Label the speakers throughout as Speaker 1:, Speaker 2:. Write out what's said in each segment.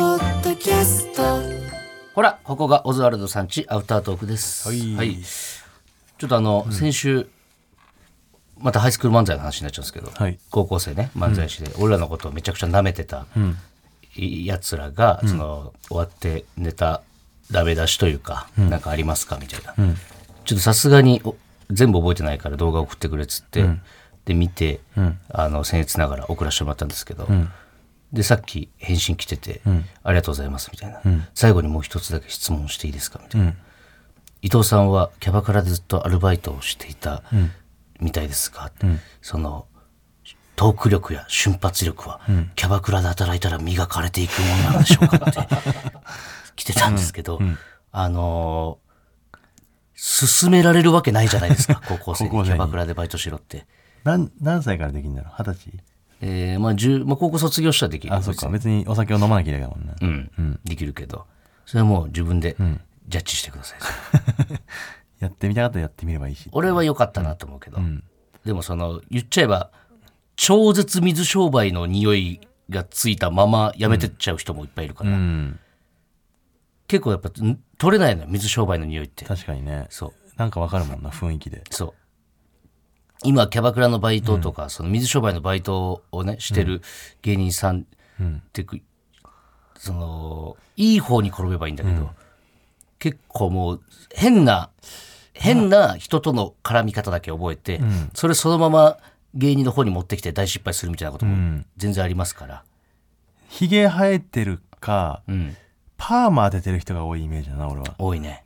Speaker 1: キャスト
Speaker 2: ほら、ここがオズワルドさんちアウタートークです。
Speaker 3: はい
Speaker 2: ちょっとあの、先週、またハイスクール漫才の話になっちゃうんですけど、
Speaker 3: はい
Speaker 2: 高校生ね、漫才師で、俺らのことをめちゃくちゃ舐めてたいやつらが、その、終わってネタダメ出しというか、なんかありますかみたいな。ちょっとさすがにお全部覚えてないから動画送ってくれっつって、で、見て、あの、僭越ながら送らせてもらったんですけど、でさっき返信来てて、ありがとうございます」みたいな、最後にもう一つだけ質問していいですか?」みたいな、伊藤さんはキャバクラでずっとアルバイトをしていたみたいですが、そのトーク力や瞬発力は、キャバクラで働いたら磨かれていくものなんでしょうか?」っ て来てたんですけど、あのー勧められるわけないじゃないです か高校生に
Speaker 3: 高校生
Speaker 2: キ
Speaker 3: に
Speaker 2: ャバクラでバイトしろって。
Speaker 3: 何何歳からできるんだろう二十歳
Speaker 2: えーまあ、10まあ高校卒業したらできる
Speaker 3: あそっか別にお酒を飲まなきゃいけない もんね、
Speaker 2: うんできるけどそれはもう自分でジャッジしてください、
Speaker 3: やってみたかったらやってみればいいし
Speaker 2: 俺は良かったなと思うけど、でもその言っちゃえば超絶水商売の匂いがついたままやめてっちゃう人もいっぱいいるから、
Speaker 3: うん
Speaker 2: 結構やっぱん取れないのよ水商売の匂いって
Speaker 3: 確かにね
Speaker 2: そう
Speaker 3: なんかわかるもんな雰囲気で
Speaker 2: そう今キャバクラのバイトとか、その水商売のバイトをねしてる芸人さんってく、そのいい方に転べばいいんだけど、結構もう変な変な人との絡み方だけ覚えて、それそのまま芸人の方に持ってきて大失敗するみたいなことも全然ありますから、
Speaker 3: ひげ生えてるか、
Speaker 2: うん、
Speaker 3: パーマ当ててる人が多いイメージだな俺は
Speaker 2: 多いね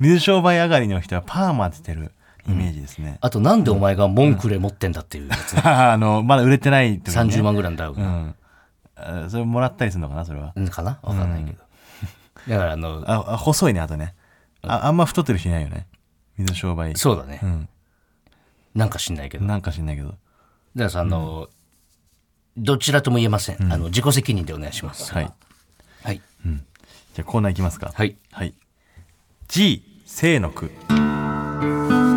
Speaker 3: 水商売上がりの人はパーマ当ててるイメージですね、
Speaker 2: あとなんでお前がモンクレ持ってんだっていうやつ、
Speaker 3: あのまだ売れてない時に、ね、
Speaker 2: 30万ぐらいのダウン、
Speaker 3: うんあそれもらったりするのかなそれは
Speaker 2: うんかなわかんないけど、だからあの
Speaker 3: ああ細いねあとねああんま太ってる人いないよね水商売
Speaker 2: そうだね、
Speaker 3: ん
Speaker 2: なんか知んないけどだか
Speaker 3: なんか知んないけど
Speaker 2: らさあの、どちらとも言えません、あの自己責任でお願いします
Speaker 3: はい
Speaker 2: はい
Speaker 3: じゃあコーナーいきますか
Speaker 2: はい
Speaker 3: はい。G、正の句。このコー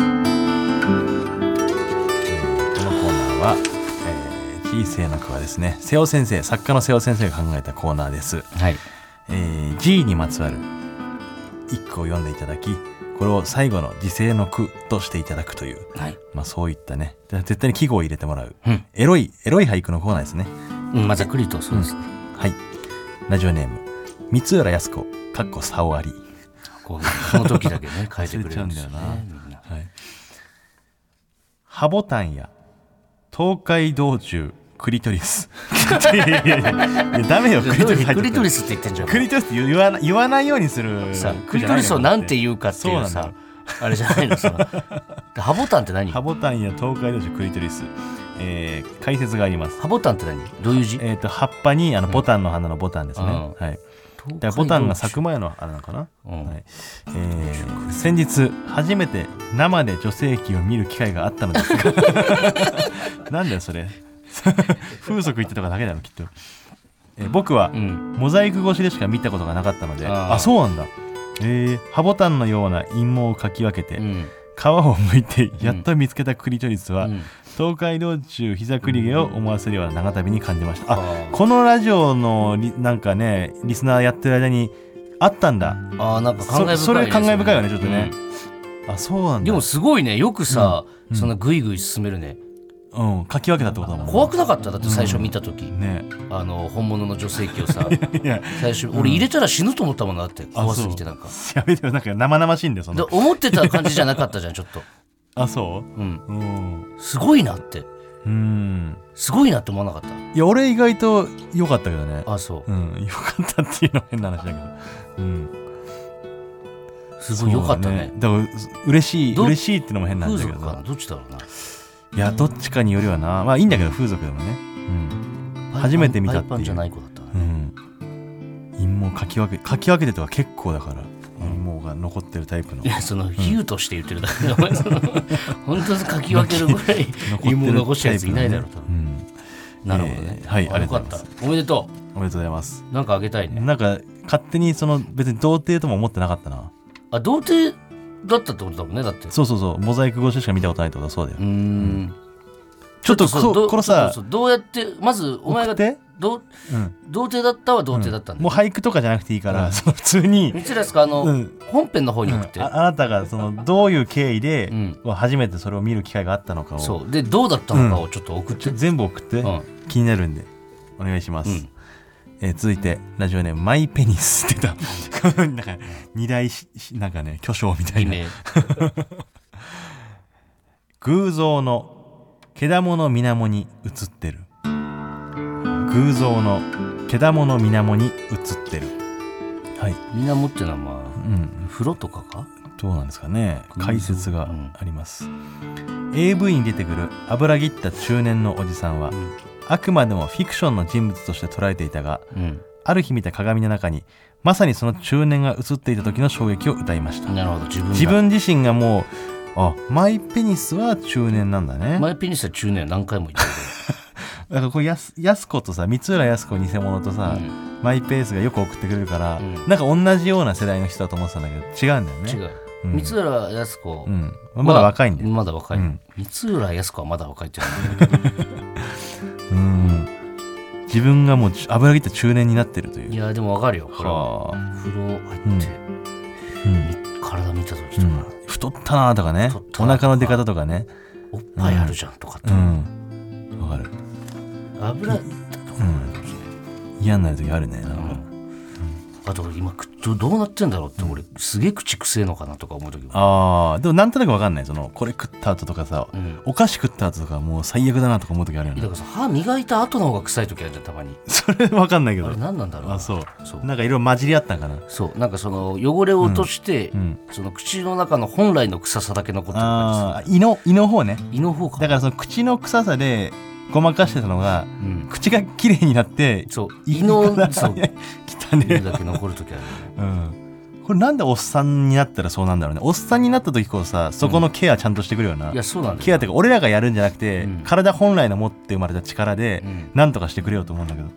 Speaker 3: ナーは、えー G、正の句はですね、瀬尾先生、作家の瀬尾先生が考えたコーナーです。
Speaker 2: はい
Speaker 3: えー G にまつわる一句を読んでいただき、これを最後の時世の句としていただくという、
Speaker 2: はい、
Speaker 3: まあそういったね、で絶対に季語を入れてもらう、
Speaker 2: うん
Speaker 3: エロい、エロい俳句のコーナーですね。
Speaker 2: うんまあ、ざっくりとそうですね、
Speaker 3: はい。ラジオネーム、三浦康子、かっこさおあり。
Speaker 2: こうこの時だけ ね変えてくれるんですよ
Speaker 3: 忘れちゃ
Speaker 2: ねみんな
Speaker 3: はい、ハボタンや東海道中クリトリ スいやいやいやいやダメよクリトリス入っ
Speaker 2: ク
Speaker 3: て
Speaker 2: リ
Speaker 3: く
Speaker 2: ト
Speaker 3: る
Speaker 2: リスって言ってんじゃん
Speaker 3: クリトリスって言わな言わないようにする
Speaker 2: さクリトリスをなんて言うかっていう
Speaker 3: そうな
Speaker 2: さ
Speaker 3: んだ
Speaker 2: あれじゃないのそ のハボタンって何
Speaker 3: ハボタンや東海道中クリトリス、えー解説があります
Speaker 2: ハボタンって何どういう字
Speaker 3: えっ、と葉っぱにあのボタンの花のボタンですね、
Speaker 2: うん
Speaker 3: はいだからボタンが咲く前のあれなのかな、
Speaker 2: うん
Speaker 3: はいえー先日初めて生で女性器を見る機会があったの ですがなんだよそれ風俗行ってとかだけだろきっと、えー僕は
Speaker 2: うん
Speaker 3: モザイク越しでしか見たことがなかったので、
Speaker 2: あー
Speaker 3: あそうなんだえー、ハボタンのような陰謀をかき分けて、
Speaker 2: うん
Speaker 3: 皮を剥いてやっと見つけたクリトリスは、
Speaker 2: うん
Speaker 3: 東海道中膝栗毛を思わせるような長旅に感じました
Speaker 2: あ
Speaker 3: あ
Speaker 2: ー
Speaker 3: このラジオのリなんかねリスナーやってる間にあったんだ
Speaker 2: あーなんか感慨深いね
Speaker 3: そそれ感慨深いよねちょっとね
Speaker 2: うん
Speaker 3: あそうなんだ
Speaker 2: でもすごいねよくさ、そんなグイグイ進めるね
Speaker 3: うん書き分けたってことだもんね
Speaker 2: 怖くなかっただって最初見た時、
Speaker 3: ね
Speaker 2: あの本物の女性器をさ
Speaker 3: いや
Speaker 2: 最初俺入れたら死ぬと思ったもんなって怖すぎてなんか
Speaker 3: やめてよなんか生々しいんだよそ
Speaker 2: で
Speaker 3: の
Speaker 2: 思ってた感じじゃなかったじゃんちょっと、
Speaker 3: あそ
Speaker 2: うん、
Speaker 3: ううん
Speaker 2: すごいなって
Speaker 3: うん
Speaker 2: すごいなって思わなかっ
Speaker 3: いや俺意外と良かったけどね
Speaker 2: たあそう
Speaker 3: うん良かったっていうのは変な話だけどうん
Speaker 2: すごいよかったね
Speaker 3: そうだねだから嬉しい
Speaker 2: ど
Speaker 3: 嬉しいってのも変なん
Speaker 2: 風
Speaker 3: だけ
Speaker 2: 俗かな
Speaker 3: ど
Speaker 2: どっちだろうない
Speaker 3: やどっちかによるよなまあいいんだけど風俗でもねうん 初めて見たっていう
Speaker 2: パイパンじゃない子だったな
Speaker 3: うん、陰謀かき分けかき分けてとか結構だから陰謀が残ってるタイプの
Speaker 2: いやその比喩として言ってるだ けで、お 前その本当に書き分けるぐらい
Speaker 3: 残って
Speaker 2: 陰
Speaker 3: る
Speaker 2: 謀残したやついないだろう
Speaker 3: タ
Speaker 2: 多
Speaker 3: イプの
Speaker 2: 分、
Speaker 3: ね
Speaker 2: なるほどね、
Speaker 3: えーはい
Speaker 2: あ
Speaker 3: あり
Speaker 2: よ
Speaker 3: がと
Speaker 2: か
Speaker 3: う
Speaker 2: ったお
Speaker 3: ございます
Speaker 2: めでと
Speaker 3: うん、おめでとうございます
Speaker 2: うなんかあげたいね
Speaker 3: なんか勝手にその別に童貞とも思ってなかったな
Speaker 2: あ童貞だったってことだもんねだって
Speaker 3: そうそうそうモザイク越ししか見たことないってことはそうだよ、
Speaker 2: うーん
Speaker 3: ちょっと
Speaker 2: そう
Speaker 3: こ
Speaker 2: ど
Speaker 3: このさ
Speaker 2: そうそうどうやってまずお前
Speaker 3: 送って
Speaker 2: がどう
Speaker 3: うん
Speaker 2: 童貞だったは童貞だったんだ
Speaker 3: もう
Speaker 2: よ、
Speaker 3: 俳句とかじゃなくていいから、その普通に、
Speaker 2: 三浦ですかあの、
Speaker 3: うん
Speaker 2: 本編の方に送って、
Speaker 3: ああなたがそのどういう経緯で、
Speaker 2: うん
Speaker 3: 初めてそれを見る機会があったのかを
Speaker 2: そうでどうだったのかをちょっと送って、
Speaker 3: ちょ全部送って、
Speaker 2: うん
Speaker 3: 気になるんでお願いします、
Speaker 2: うん
Speaker 3: えー続いてラジオネームマイペニスって言った なんか二大ししなんかね巨匠みたい
Speaker 2: 偽
Speaker 3: な
Speaker 2: 名
Speaker 3: 偶像の毛玉の水面に映ってる偶像の毛玉の水面に映ってるはい、
Speaker 2: みんな持ってるのはま
Speaker 3: うん
Speaker 2: あ、風呂とかか
Speaker 3: どうなんですかね解説があります、AV に出てくる油切った中年のおじさんは、
Speaker 2: ん
Speaker 3: あくまでもフィクションの人物として捉えていたが
Speaker 2: うん
Speaker 3: ある日見た鏡の中にまさにその中年が映っていた時の衝撃を歌いました
Speaker 2: なるほど自分が
Speaker 3: 自分自身がもうあマイペニスは中年なんだね
Speaker 2: マイペニスは中年何回も言って
Speaker 3: だからこれやすやす子とさ三浦靖子偽物とさ、
Speaker 2: るけ
Speaker 3: マイペースがよく送ってくれるから、
Speaker 2: うん
Speaker 3: なんか同じような世代の人だと思ってたんだけど違うんだよね
Speaker 2: ど、違う、
Speaker 3: うん
Speaker 2: 三浦靖子、
Speaker 3: うん、まだ若いんだよ
Speaker 2: まだ若い、
Speaker 3: うん
Speaker 2: 三浦靖子はまだ若いって
Speaker 3: うん自分がもう油切った中年になってるとい。
Speaker 2: 言うのいうやでもわかるよこれは
Speaker 3: はあ
Speaker 2: 風呂入って、
Speaker 3: うん
Speaker 2: み体見た時と
Speaker 3: う
Speaker 2: か、
Speaker 3: ん太ったなとかね
Speaker 2: 太っ、
Speaker 3: お
Speaker 2: たな
Speaker 3: 腹の出方とかね。
Speaker 2: おっぱいあるじゃんとかって、
Speaker 3: うん。わかる。
Speaker 2: 油だとかもあるかもしれない
Speaker 3: 嫌になる時あるね。なんか
Speaker 2: あと俺今くどどうなってんだろうって俺すげえ口くせえのかなとか思う時も
Speaker 3: ああ、でもなんとなくわかんない。その、これ食った後とかさ
Speaker 2: う、ん
Speaker 3: お菓子食った後とかもう最悪だなとか思う時あるよ
Speaker 2: だ
Speaker 3: ね
Speaker 2: か。らさ歯磨いた後の方が臭い時あるじゃんたまに
Speaker 3: それ わかんないけ
Speaker 2: あ
Speaker 3: ど
Speaker 2: れ。何なんだろうな
Speaker 3: あ、そう。
Speaker 2: そう
Speaker 3: なんかいろいろ混じり合ったんかな。
Speaker 2: そうなんかその汚れを落として、
Speaker 3: うん。
Speaker 2: その口の中の本来の臭さだけ残ってる
Speaker 3: あ
Speaker 2: 感
Speaker 3: あ、胃の、胃の方ね。
Speaker 2: じ胃の方か
Speaker 3: だからその口の臭さでごまかしてたのが、
Speaker 2: うん、
Speaker 3: 口が綺麗になって、
Speaker 2: そう胃のそう
Speaker 3: 汚
Speaker 2: 胃
Speaker 3: ね
Speaker 2: だけ残る時あるよね、
Speaker 3: うんこれなんでおっさんになったらそうなんだろうねおっさんになった時こうさそこのケアちゃんとしてくるよない
Speaker 2: やそうなんだ
Speaker 3: ケアって
Speaker 2: よ
Speaker 3: か俺らがやるんじゃなくて、
Speaker 2: うん
Speaker 3: 体本来の持って生まれた力で
Speaker 2: うん
Speaker 3: なんとかしてくれようと思うんだけど、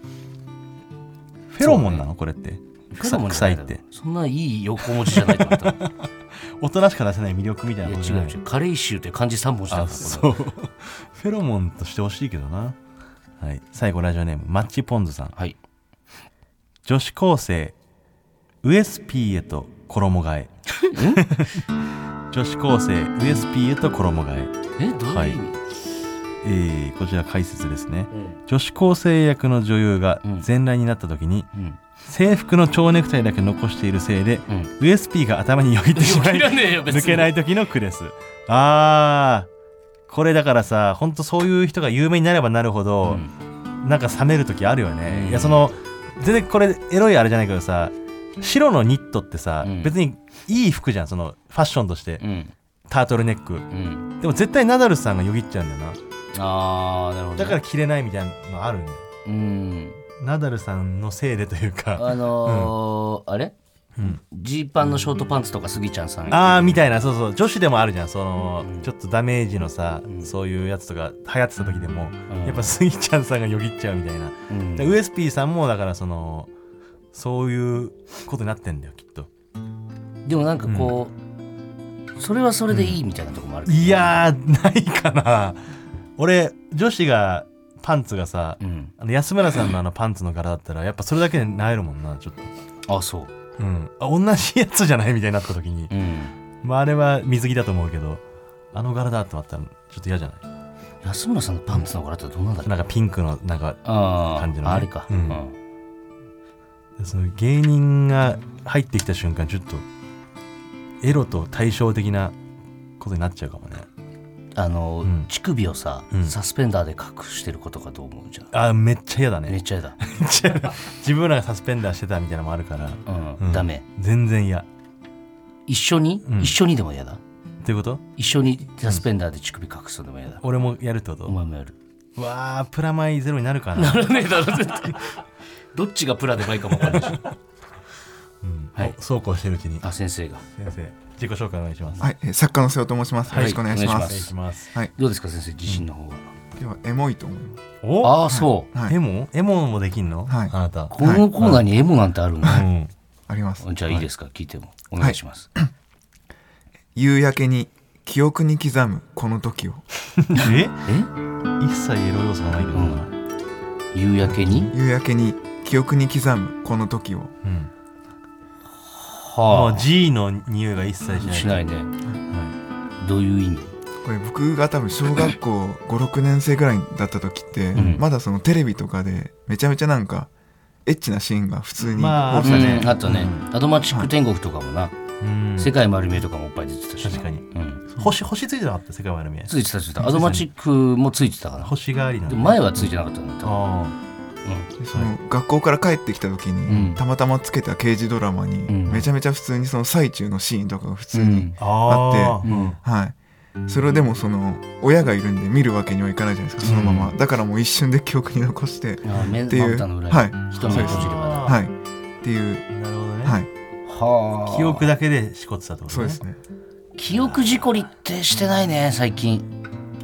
Speaker 3: フェロモンなのこれって
Speaker 2: ペロ
Speaker 3: 臭
Speaker 2: モンじゃ
Speaker 3: 臭
Speaker 2: ない
Speaker 3: っ
Speaker 2: だろ
Speaker 3: て
Speaker 2: そんないい横文字じゃないと思 ったい
Speaker 3: 大人しか出せない魅力みたい
Speaker 2: や
Speaker 3: なことじ
Speaker 2: 違
Speaker 3: ゃないう
Speaker 2: 違うカレイ臭って漢字3文字だ
Speaker 3: あ
Speaker 2: から
Speaker 3: そうフェロモンとしてほしいけどな、はい、最後ラジオネームマッチポンズさん
Speaker 2: はい
Speaker 3: 女子高生ウエス P へと衣替え 女子高生ウエス P へと衣替え
Speaker 2: えどういう意味、
Speaker 3: えーこちら解説ですね
Speaker 2: うん
Speaker 3: 女子高生役の女優が
Speaker 2: うん
Speaker 3: 全裸になった時に、
Speaker 2: うん
Speaker 3: 制服の蝶ネクタイだけ残しているせいで、
Speaker 2: うん
Speaker 3: ウエス P が頭によぎってしまい
Speaker 2: いやいらねえよ別に
Speaker 3: 抜けない時の句ですあーこれだからさほんとそういう人が有名になればなるほど、
Speaker 2: うん
Speaker 3: なんか冷める時あるよね、
Speaker 2: うん
Speaker 3: いやその全然これエロいあれじゃないけどさ白のニットってさ、
Speaker 2: うん
Speaker 3: 別にいい服じゃんそのファッションとして、
Speaker 2: うん
Speaker 3: タートルネック
Speaker 2: うん
Speaker 3: でも絶対ナダルさんがよぎっちゃうんだよ
Speaker 2: ああなるほ
Speaker 3: な
Speaker 2: ど
Speaker 3: だから着れないみたいなのあるね
Speaker 2: うん
Speaker 3: ナダルさんのせいでというか
Speaker 2: あのーあれ
Speaker 3: うん
Speaker 2: ジーパンのショートパンツとかスギちゃんさん
Speaker 3: あーみたいなそうそう女子でもあるじゃんその、
Speaker 2: うん
Speaker 3: ちょっとダメージのさ、
Speaker 2: うん
Speaker 3: そういうやつとか流行ってた時でも、
Speaker 2: うん
Speaker 3: やっぱスギちゃんさんがよぎっちゃうみたいな、
Speaker 2: うん
Speaker 3: でウエス P さんもだからそのそういうことになってんだよきっと
Speaker 2: でもなんかこう、それはそれでいいみたいなとこもあるけど
Speaker 3: いやーないかな俺女子がパンツがさ、
Speaker 2: うん
Speaker 3: あの安村さんのあのパンツの柄だったらやっぱそれだけで萎えるもんなちょっと、
Speaker 2: あそう
Speaker 3: うん、あ同じやつじゃないみたいになった時に、
Speaker 2: うん
Speaker 3: まあ、あれは水着だと思うけどあの柄だってなったらちょっと嫌じゃない
Speaker 2: 安村さんのパンツの柄ってどうなんだろう
Speaker 3: なんかピンクのなんか
Speaker 2: あー
Speaker 3: 感じのね
Speaker 2: ああれか、
Speaker 3: う
Speaker 2: うんん
Speaker 3: その芸人が入ってきた瞬間ちょっとエロと対照的なことになっちゃうかもね
Speaker 2: あの、
Speaker 3: うん
Speaker 2: 乳首をさ、
Speaker 3: うん
Speaker 2: サスペンダーで隠してることかと思うじゃん
Speaker 3: あめっちゃ嫌だね
Speaker 2: めっちゃやだ、
Speaker 3: 自分らがサスペンダーしてたみたいなのもあるから
Speaker 2: うん
Speaker 3: うん
Speaker 2: ダメ
Speaker 3: 全然嫌
Speaker 2: 一緒に、
Speaker 3: うん
Speaker 2: 一緒にでも嫌だ
Speaker 3: ということ
Speaker 2: 一緒にサスペンダーで乳首隠すのでも嫌だ、
Speaker 3: 俺もやるってこと
Speaker 2: お前もやる
Speaker 3: わあプラマイゼロになるか
Speaker 2: な
Speaker 3: な、
Speaker 2: らねえだろ絶対 どっちがプラで倍かも分かんないし
Speaker 3: うん
Speaker 2: はい
Speaker 3: おそうこうしてるうちに
Speaker 2: あ先生が
Speaker 3: 先生自己紹介お願いします、
Speaker 1: はい、えー作家の瀬尾と申します。よろしくお願い
Speaker 2: は
Speaker 1: し
Speaker 2: い
Speaker 1: ま
Speaker 2: お願い
Speaker 3: お
Speaker 1: す。
Speaker 3: 願いします
Speaker 2: どうですか先生自信の方は、
Speaker 1: では、エモいと思います。
Speaker 3: お
Speaker 2: ああそう、
Speaker 1: はい
Speaker 3: エモエモもできんの、
Speaker 1: はい
Speaker 3: あなた、
Speaker 2: このコーナーにエモなんてあるんだ、
Speaker 3: うん
Speaker 1: あります。
Speaker 2: じゃあいいですか、聞いてもお願いします、
Speaker 1: 夕焼けに記憶に刻むこの時を
Speaker 3: え
Speaker 2: え
Speaker 3: 一切エロ要素がないけどな、
Speaker 2: 夕焼けに
Speaker 1: 夕焼けに記憶に刻むこの時を
Speaker 3: うん
Speaker 2: は
Speaker 3: もう G の匂いが一切しない
Speaker 2: しないね
Speaker 3: は
Speaker 2: どういう意味
Speaker 1: これ僕が多分小学校56年生ぐらいだった時って、
Speaker 2: うん
Speaker 1: まだそのテレビとかでめちゃめちゃなんかエッチなシーンが普通に
Speaker 3: まああ
Speaker 1: 放送
Speaker 3: ったね
Speaker 2: うんあったね、
Speaker 3: う
Speaker 2: アドマチック天国とかもな、
Speaker 3: いうん
Speaker 2: 世界丸見えとかもおっぱい出てたしな
Speaker 3: 確かに
Speaker 2: うん、
Speaker 3: 星星ついてなかった世界丸見え
Speaker 2: ついてたついてたアドマチックもついてたかな
Speaker 3: 星がありなん
Speaker 2: で
Speaker 3: だ
Speaker 2: も前はついてなかったんだ多分
Speaker 3: あ
Speaker 1: でその学校から帰ってきた時に、
Speaker 2: うん
Speaker 1: たまたまつけた刑事ドラマに、
Speaker 2: うん
Speaker 1: めちゃめちゃ普通にその最中のシーンとかが普通
Speaker 2: う
Speaker 1: に、
Speaker 2: ん
Speaker 3: あああ
Speaker 2: うんうん
Speaker 1: はいそれをでもその親がいるんで見るわけにはいかないじゃないですかそのまま、
Speaker 2: う
Speaker 1: だからもう一瞬で記憶に残して
Speaker 2: あ目
Speaker 1: っていう
Speaker 2: まぶたの裏に、
Speaker 1: はい
Speaker 2: 瞳が閉じればね
Speaker 1: はいっていう
Speaker 3: なるほどね、
Speaker 1: はい
Speaker 2: はあ
Speaker 3: 記憶だけでしこってたってことね
Speaker 1: そうですね
Speaker 2: 記憶事故りってしてないね最近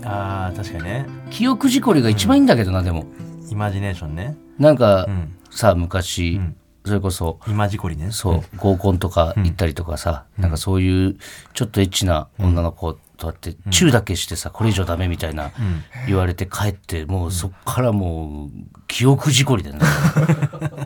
Speaker 3: ああ確かにね
Speaker 2: 記憶事故りが一番いいんだけどな、でも
Speaker 3: イマジネーションね
Speaker 2: なんか、
Speaker 3: うん
Speaker 2: さ昔、
Speaker 3: ん
Speaker 2: それこそ
Speaker 3: イマジコリね
Speaker 2: そう合コンとか行ったりとかさ、なんかそういうちょっとエッチな女の子と会って、チューだけしてさこれ以上ダメみたいな言われて帰ってもうそっからもう記憶事故りだ よね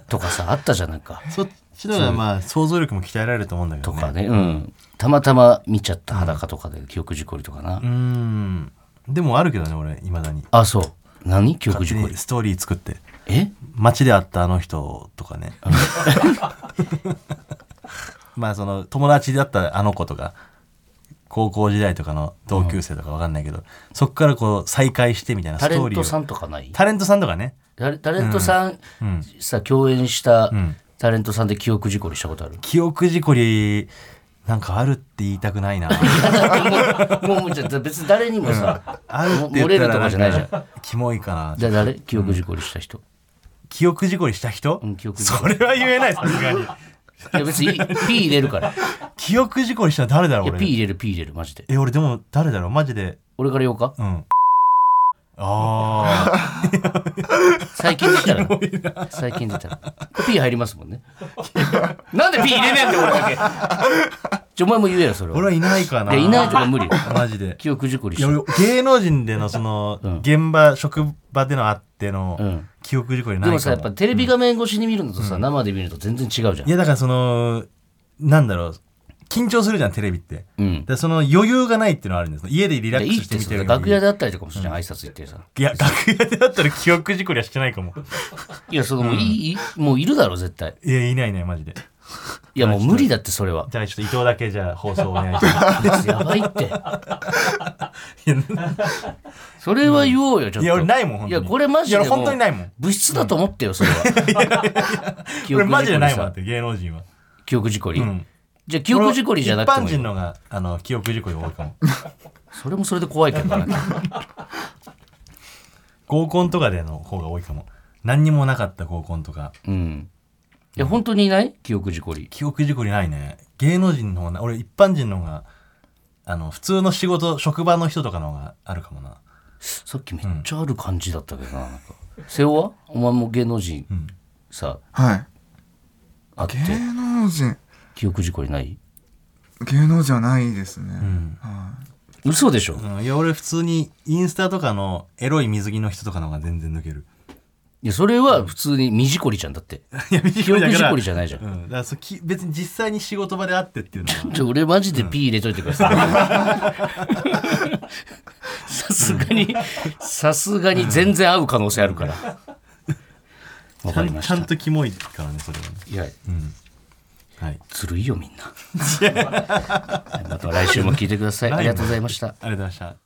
Speaker 2: とかさあったじゃんなんか
Speaker 3: そっちの方がまあ想像力も鍛えられると思うんだけど
Speaker 2: と
Speaker 3: ね
Speaker 2: かねうんたまたま見ちゃった裸とかで記憶事故りとかな、
Speaker 3: うーんでもあるけどね俺いまだに
Speaker 2: あそう何記憶
Speaker 3: 勝
Speaker 2: 事
Speaker 3: 手
Speaker 2: 故
Speaker 3: に
Speaker 2: り
Speaker 3: ストーリー作って
Speaker 2: え
Speaker 3: 街で会ったあの人とかね まあその友達だったあの子とか高校時代とかの同級生とかわかんないけど、そっからこう再会してみたいなス
Speaker 2: タ
Speaker 3: ト
Speaker 2: レ
Speaker 3: ー
Speaker 2: ン
Speaker 3: リー
Speaker 2: ト
Speaker 3: を
Speaker 2: さんとかない
Speaker 3: タレントさんとかね
Speaker 2: タレタレントさん、
Speaker 3: うん
Speaker 2: さ共演した
Speaker 3: ん
Speaker 2: タレントさんで記憶事故りしたことある、
Speaker 3: 記憶事故りなんかあるって言いたくないな
Speaker 2: もうもうじゃあ別に誰にもさ、
Speaker 3: あるって
Speaker 2: 漏
Speaker 3: 言った
Speaker 2: れ
Speaker 3: ら
Speaker 2: るとかじゃないじゃん。
Speaker 3: んかキモいかな
Speaker 2: じゃあ誰記憶事故りした人。
Speaker 3: 記憶事故りした人、
Speaker 2: うん記憶事故
Speaker 3: それは言えないさすがに
Speaker 2: いや別に P 入れるから。い
Speaker 3: 記憶事故りしたら誰だろう
Speaker 2: や P
Speaker 3: 俺
Speaker 2: 入れる P 入れるマジで。
Speaker 3: え俺でも誰だろうマジで
Speaker 2: 俺から言おうか
Speaker 3: うん あ
Speaker 2: 最近出たら。最近出たら。これ P 入りますもんね。なんで P 入れねえんだよ俺だけ。 じゃお前も言えよそれ
Speaker 3: あ
Speaker 2: は。
Speaker 3: 俺はいないかない
Speaker 2: やいないとか無理よ。
Speaker 3: マジで
Speaker 2: 記憶事故りし
Speaker 3: いや
Speaker 2: た。
Speaker 3: 俺芸能人でのその、現場職場でのあっての、
Speaker 2: ん
Speaker 3: 記憶事故りな
Speaker 2: で
Speaker 3: いかも
Speaker 2: もさやっぱテレビ画面越しに見るのとさ、生で見ると全然違うじゃん
Speaker 3: い。やだからそのなんだろう緊張するじゃんテレビって、
Speaker 2: うん。
Speaker 3: でその余裕がないっていうのはあるんです家でリラ
Speaker 2: い
Speaker 3: ッ
Speaker 2: や
Speaker 3: ク
Speaker 2: いいっ
Speaker 3: スして
Speaker 2: て
Speaker 3: 見
Speaker 2: そ
Speaker 3: て
Speaker 2: れ
Speaker 3: る
Speaker 2: 楽屋
Speaker 3: で
Speaker 2: であったりとかもするじゃん挨拶行ってさ。
Speaker 3: いや楽屋でだったら記憶事故りはしてないかも
Speaker 2: いやそのもういいもういるだろ絶対。
Speaker 3: いやいないねマジで
Speaker 2: いやもう無理だってそれは。
Speaker 3: じゃあちょっと伊藤だけじゃあ放送お願いします
Speaker 2: やばいって。それは言おうよ、ちょっと。
Speaker 3: いや俺ないもん本当に
Speaker 2: いや、これマジでもう。
Speaker 3: いや俺本当にないもん
Speaker 2: 物質だと思ってよ、それは。 記
Speaker 3: 俺
Speaker 2: 憶事故りさ
Speaker 3: マジでないもんだって芸能人は
Speaker 2: 記憶事故り
Speaker 3: ん。
Speaker 2: じゃあ、記憶事故りじゃなくてもい
Speaker 3: 一般人
Speaker 2: い。
Speaker 3: のがあの記憶事故り多いかも
Speaker 2: それもそれで怖いけどな。
Speaker 3: 合コンとかでの方が多いかも何にもなかった合コンとか
Speaker 2: うん。いや、本当にいない記憶事故り。
Speaker 3: 記憶事故りないね芸能人の方がな俺一般人の方があの普通の仕事職場の人とかの方があるかもな
Speaker 2: さっきめっちゃある感じだったけどな。なんか瀬尾はお前も芸能人さ、
Speaker 1: はい
Speaker 2: あって、
Speaker 1: 芸能人
Speaker 2: 記憶事故りない
Speaker 1: 芸能人はないですね、
Speaker 2: 嘘でしょ
Speaker 3: うん、いや俺普通にインスタとかのエロい水着の人とかの方が全然抜ける
Speaker 2: いや、それは普通に未事故りじゃん、だって。
Speaker 3: いや
Speaker 2: 記憶事故りじゃないじゃん
Speaker 3: う。ん、だからそき別に実際に仕事場で会ってっていうのは
Speaker 2: ちょ俺マジで P 入れといてください。さすがに、さすがに全然合う可能性あるから。わ
Speaker 3: ち
Speaker 2: か
Speaker 3: ゃ
Speaker 2: り
Speaker 3: ん
Speaker 2: まし
Speaker 3: ちゃん
Speaker 2: た。
Speaker 3: とキモいからねそれはね
Speaker 2: いや、
Speaker 3: はい
Speaker 2: ずるいよみんな。また来週も聞いてください。ありがとうございました。
Speaker 3: ありがとうございました